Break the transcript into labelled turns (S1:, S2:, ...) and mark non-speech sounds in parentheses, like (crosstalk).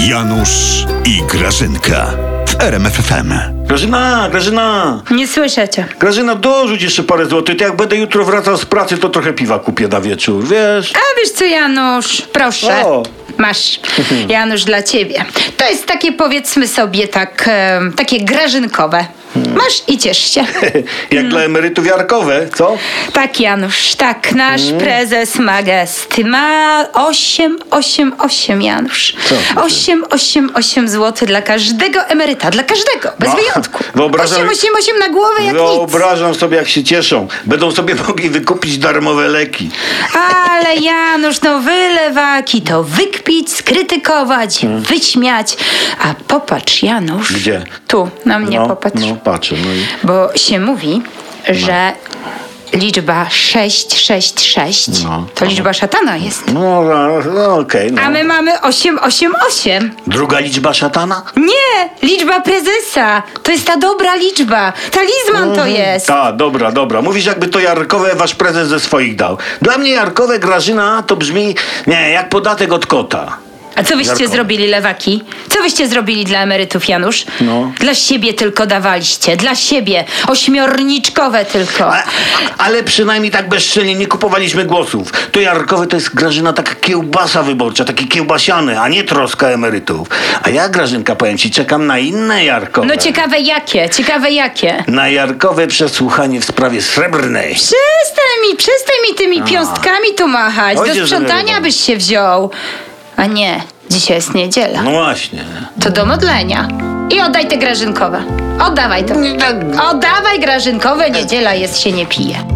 S1: Janusz i Grażynka w RMFFM.
S2: Grażyna, Grażyna,
S3: Nie słyszę cię.
S2: Grażyna, dorzuć jeszcze parę złotych. To Jak będę jutro wracał z pracy, to trochę piwa kupię na wieczór, wiesz? (laughs)
S3: A wiesz co, Janusz, proszę.
S2: O. (laughs)
S3: Masz, Janusz, dla ciebie. To jest takie, powiedzmy sobie, tak, em, takie grażynkowe.
S2: Hmm.
S3: Masz i ciesz
S2: (laughs)
S3: się. Mm.
S2: Jak dla emerytów jarkowe, co?
S3: Tak, Janusz, tak. Nasz
S2: Hmm.
S3: prezes Magesty ma 888, Janusz.
S2: Co ty?
S3: 888 zł dla każdego emeryta, dla każdego, bez
S2: No,
S3: wyjątku.
S2: wyobrażam-
S3: 888 na głowę jak nic.
S2: Wyobrażam sobie, jak się cieszą. Będą sobie (laughs) mogli wykupić darmowe leki.
S3: Ale Janusz, no wylewaki to wykpić, skrytykować, wyśmiać. A popatrz, Janusz.
S2: Hmm. Gdzie?
S3: Tu, na mnie
S2: no,
S3: popatrz.
S2: No, patrzę. No i...
S3: Bo się mówi, że liczba 666
S2: No.
S3: to liczba szatana jest.
S2: No, no, no okej.
S3: A
S2: no.
S3: my mamy 888.
S2: Druga liczba szatana?
S3: Nie, liczba prezesa. To jest ta dobra liczba. Talizman
S2: Mhm.
S3: to jest.
S2: Ta, dobra, dobra. Mówisz, jakby to jarkowe wasz prezes ze swoich dał. Dla mnie jarkowe Grażyna to brzmi, nie, jak podatek od kota.
S3: A co wyście
S2: Jarko.
S3: zrobili, lewaki? Co wyście zrobili dla emerytów, Janusz?
S2: No.
S3: Dla siebie tylko dawaliście, dla siebie. Ośmiorniczkowe tylko.
S2: Ale, ale przynajmniej tak bezczelnie nie kupowaliśmy głosów. To Jarkowe to jest Grażyna taka kiełbasa wyborcza, taki kiełbasiany, a nie troska emerytów. A ja, Grażynka, powiem ci, czekam na inne Jarkowe.
S3: No ciekawe jakie, ciekawe jakie.
S2: Na Jarkowe przesłuchanie w sprawie srebrnej.
S3: Przestań mi, przestań mi tymi piąstkami tu machać.
S2: Ojciec
S3: Do sprzątania
S2: zareagował.
S3: byś się wziął. A nie, dzisiaj jest niedziela.
S2: No właśnie.
S3: To do modlenia. I
S2: tak.
S3: oddaj te grażynkowe. Oddawaj to. Oddawaj grażynkowe, niedziela jest, się nie pije.